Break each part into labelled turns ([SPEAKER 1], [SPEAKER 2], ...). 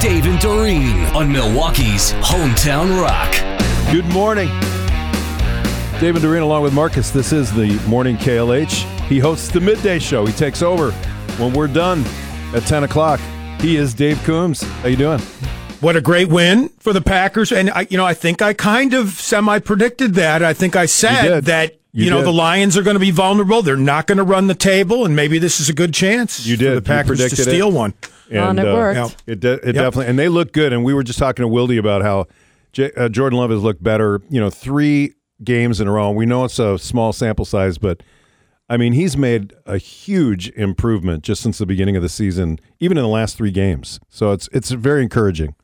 [SPEAKER 1] Dave and Doreen on Milwaukee's Hometown Rock.
[SPEAKER 2] Good morning. David Doreen along with Marcus. This is the morning KLH. He hosts the midday show. He takes over when we're done at 10 o'clock. He is Dave Coombs. How you doing?
[SPEAKER 3] What a great win for the Packers. And I, you know, I think I kind of semi predicted that. I think I
[SPEAKER 2] You
[SPEAKER 3] said
[SPEAKER 2] did.
[SPEAKER 3] that, you,
[SPEAKER 2] You
[SPEAKER 3] know,
[SPEAKER 2] did.
[SPEAKER 3] the Lions are going to be vulnerable. They're not going to run the table. And maybe this is a good chance
[SPEAKER 2] You
[SPEAKER 3] for
[SPEAKER 2] did.
[SPEAKER 3] the
[SPEAKER 2] You
[SPEAKER 3] Packers to
[SPEAKER 2] predicted it.
[SPEAKER 3] steal one.
[SPEAKER 4] And it worked.
[SPEAKER 3] yeah.
[SPEAKER 2] It, de- it definitely and they look good. And we were just talking to Wildy about how J- uh, Jordan Love has looked better. You know, three games in a row. We know it's a small sample size, but I mean, he's made a huge improvement just since the beginning of the season, even in the last three games. So it's it's very encouraging.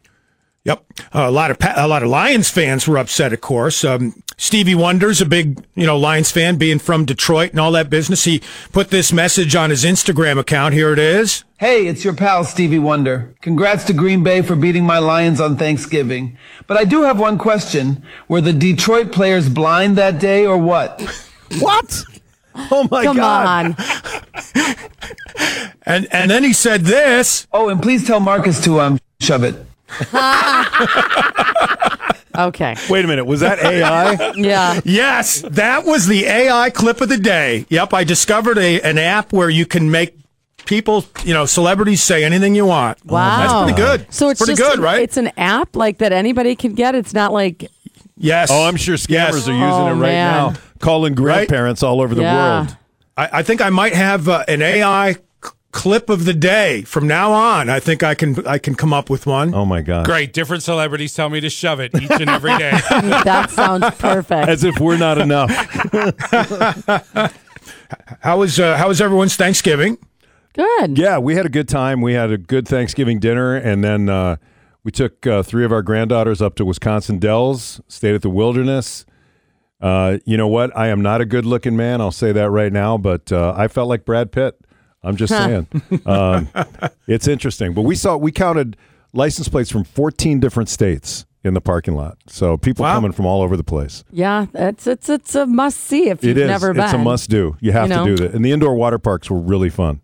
[SPEAKER 3] Yep, Uh, a lot of pa- a lot of Lions fans were upset, of course. Um, Stevie Wonder's a big you know Lions fan, being from Detroit and all that business. He put this message on his Instagram account. Here it is.
[SPEAKER 5] Hey, it's your pal Stevie Wonder. Congrats to Green Bay for beating my Lions on Thanksgiving. But I do have one question. Were the Detroit players blind that day or what?
[SPEAKER 2] What? Oh my
[SPEAKER 4] Come
[SPEAKER 2] god!
[SPEAKER 4] on.
[SPEAKER 3] And and then he said this.
[SPEAKER 5] Oh, and please tell Marcus to um shove it.
[SPEAKER 4] Okay.
[SPEAKER 2] Wait a minute. Was that AI?
[SPEAKER 4] Yeah.
[SPEAKER 3] Yes, that was the AI clip of the day. Yep, I discovered a an app where you can make people you know celebrities say anything you want.
[SPEAKER 4] Wow.
[SPEAKER 3] that's pretty good.
[SPEAKER 4] So it's
[SPEAKER 3] pretty
[SPEAKER 4] just
[SPEAKER 3] good,
[SPEAKER 4] an-
[SPEAKER 3] right?
[SPEAKER 4] It's an app like that anybody can get. It's not like
[SPEAKER 3] yes.
[SPEAKER 2] oh, I'm sure scammers
[SPEAKER 3] Yes.
[SPEAKER 2] are using
[SPEAKER 4] Oh,
[SPEAKER 2] it right
[SPEAKER 4] man.
[SPEAKER 2] now, calling grandparents all over the
[SPEAKER 4] Yeah.
[SPEAKER 2] world.
[SPEAKER 3] I, I think I might have uh, an AI c- clip of the day from now on. I think I can I can come up with one.
[SPEAKER 2] Oh my god!
[SPEAKER 6] Great. Different celebrities tell me to shove it each and every day.
[SPEAKER 4] that sounds perfect.
[SPEAKER 2] As if we're not enough.
[SPEAKER 3] How was uh, how was everyone's Thanksgiving?
[SPEAKER 4] Good.
[SPEAKER 2] Yeah, we had a good time. We had a good Thanksgiving dinner, and then uh, we took uh, three of our granddaughters up to Wisconsin Dells, stayed at the Wilderness. Uh, you know what? I am not a good looking man. I'll say that right now, but uh, I felt like Brad Pitt. I'm just saying. um, it's interesting. But we saw, we counted license plates from 14 different states in the parking lot. So people
[SPEAKER 3] Wow.
[SPEAKER 2] coming from all over the place.
[SPEAKER 4] Yeah. It's it's it's a must see if you've
[SPEAKER 2] It is.
[SPEAKER 4] never been.
[SPEAKER 2] it's a must do. You have
[SPEAKER 4] You know?
[SPEAKER 2] to do that. And the indoor water parks were really fun.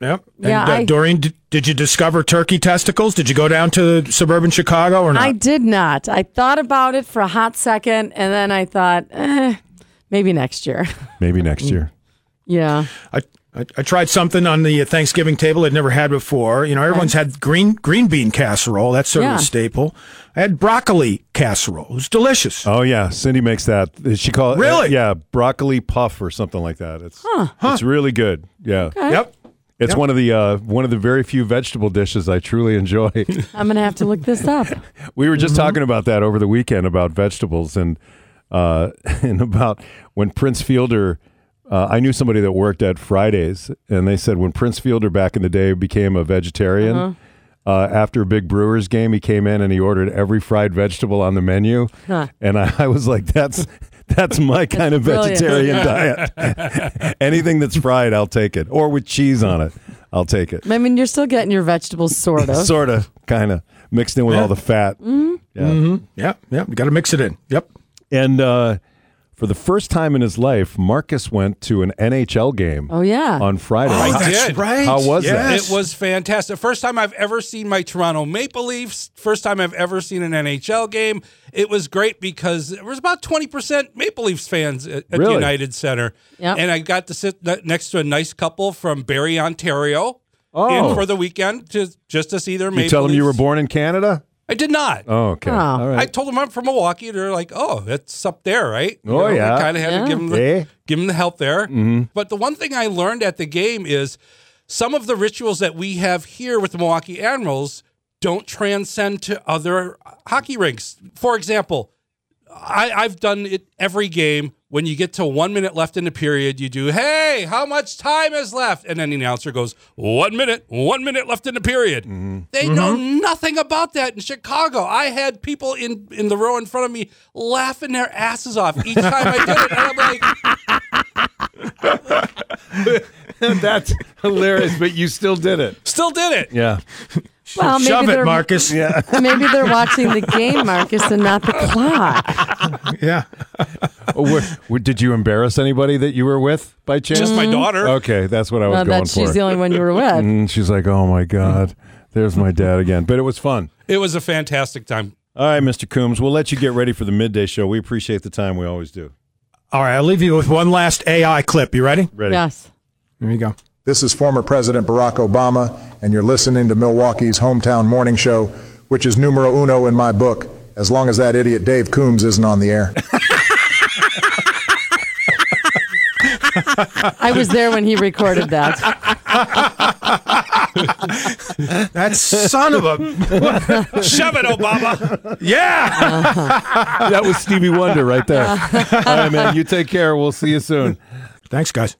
[SPEAKER 3] Yep.
[SPEAKER 4] Yeah,
[SPEAKER 3] And, uh,
[SPEAKER 4] I-
[SPEAKER 3] Doreen, d- did you discover turkey testicles? Did you go down to suburban Chicago or not?
[SPEAKER 4] I did not. I thought about it for a hot second, and then I thought, eh, maybe next year.
[SPEAKER 2] Maybe next
[SPEAKER 4] Mm.
[SPEAKER 2] year.
[SPEAKER 4] Yeah.
[SPEAKER 3] I, I I tried something on the Thanksgiving table I'd never had before. You know, everyone's had green green bean casserole. That's sort
[SPEAKER 4] Yeah.
[SPEAKER 3] of a staple. I had broccoli casserole. It was delicious.
[SPEAKER 2] Oh yeah, Cindy makes that. She call it uh,
[SPEAKER 3] Really?
[SPEAKER 2] yeah, broccoli puff or something like that. It's it's really good. Yeah,
[SPEAKER 3] Yep.
[SPEAKER 2] it's one of the uh, one of the very few vegetable dishes I truly enjoy.
[SPEAKER 4] I'm gonna have to look this up.
[SPEAKER 2] we were just talking about that over the weekend about vegetables and uh, and about when Prince Fielder. Uh, I knew somebody that worked at Fridays, and they said when Prince Fielder back in the day became a vegetarian. uh after a big Brewers game, he came in and he ordered every fried vegetable on the menu, and I, I was like, "That's that's my kind of
[SPEAKER 4] brilliant.
[SPEAKER 2] vegetarian diet. Anything that's fried, I'll take it, or with cheese on it, I'll take it."
[SPEAKER 4] I mean, you're still getting your vegetables, sort of.
[SPEAKER 2] Sort of, kind of mixed in with all the fat. Yeah.
[SPEAKER 3] Yep. Yep. You got to mix it in. Yep.
[SPEAKER 2] And uh, for the first time in his life, Marcus went to an NHL game.
[SPEAKER 4] Oh, yeah.
[SPEAKER 2] on Friday.
[SPEAKER 6] I
[SPEAKER 2] How-
[SPEAKER 6] did.
[SPEAKER 3] right.
[SPEAKER 2] How was
[SPEAKER 3] Yes.
[SPEAKER 6] It was fantastic. First time I've ever seen my Toronto Maple Leafs. First time I've ever seen an NHL game. It was great because there was about 20% Maple Leafs fans at, at
[SPEAKER 2] Really?
[SPEAKER 6] the United Center.
[SPEAKER 4] Yep.
[SPEAKER 6] And I got to sit ne- next to a nice couple from Barrie, Ontario. In for the weekend to just to see their Maple
[SPEAKER 2] Oh. You tell him you were
[SPEAKER 6] Leafs.
[SPEAKER 2] born in Canada.
[SPEAKER 6] I did not.
[SPEAKER 2] Oh, okay. All
[SPEAKER 6] I
[SPEAKER 2] right.
[SPEAKER 6] told them I'm from Milwaukee. They're like, "Oh, that's up there, right?"
[SPEAKER 2] Oh, yeah.
[SPEAKER 6] Kind of had
[SPEAKER 4] Yeah.
[SPEAKER 6] to give them the,
[SPEAKER 2] Yeah. Mm-hmm.
[SPEAKER 6] give them the help there. But the one thing I learned at the game is some of the rituals that we have here with the Milwaukee Admirals don't transcend to other uh, hockey rinks. For example, I, I've done it every game. When you get to one minute left in the period, you do, hey, how much time is left? And then the announcer goes, one minute, one minute left in the period.
[SPEAKER 2] Mm-hmm.
[SPEAKER 6] They know nothing about that in Chicago. I had people in, in the row in front of me laughing their asses off each time I did it. And I'm like,
[SPEAKER 2] That's hilarious, but you still did it.
[SPEAKER 6] still did it.
[SPEAKER 2] Yeah.
[SPEAKER 4] well, maybe
[SPEAKER 3] Shove it,
[SPEAKER 4] they're
[SPEAKER 3] Marcus. Yeah.
[SPEAKER 4] maybe they're watching the game, Marcus, and not the clock.
[SPEAKER 3] Yeah.
[SPEAKER 2] Oh, wh- wh- did you embarrass anybody that you were with by chance?
[SPEAKER 6] Just my daughter.
[SPEAKER 2] Okay, that's what I was
[SPEAKER 4] I
[SPEAKER 2] going
[SPEAKER 4] bet
[SPEAKER 2] for. Mm,
[SPEAKER 4] she's the only one you were with.
[SPEAKER 2] and she's like, "Oh my god." There's my dad again. But it was fun.
[SPEAKER 6] It was a fantastic time.
[SPEAKER 2] All right, Mr. Coombs, we'll let you get ready for the midday show. We appreciate the time we always do.
[SPEAKER 3] All right, I'll leave you with one last AI clip. You ready?
[SPEAKER 2] Ready?
[SPEAKER 4] Yes.
[SPEAKER 3] There you go.
[SPEAKER 7] This is former President Barack Obama, and you're listening to Milwaukee's Hometown Morning Show, which is numero uno in my book, as long as that idiot Dave Coombs isn't on the air.
[SPEAKER 4] I was there when he recorded that.
[SPEAKER 3] That son of a.
[SPEAKER 6] Shove it, Obama.
[SPEAKER 3] Yeah.
[SPEAKER 4] Uh.
[SPEAKER 2] That was Stevie Wonder right there. All right, man. You take care. We'll see you soon.
[SPEAKER 3] Thanks, guys.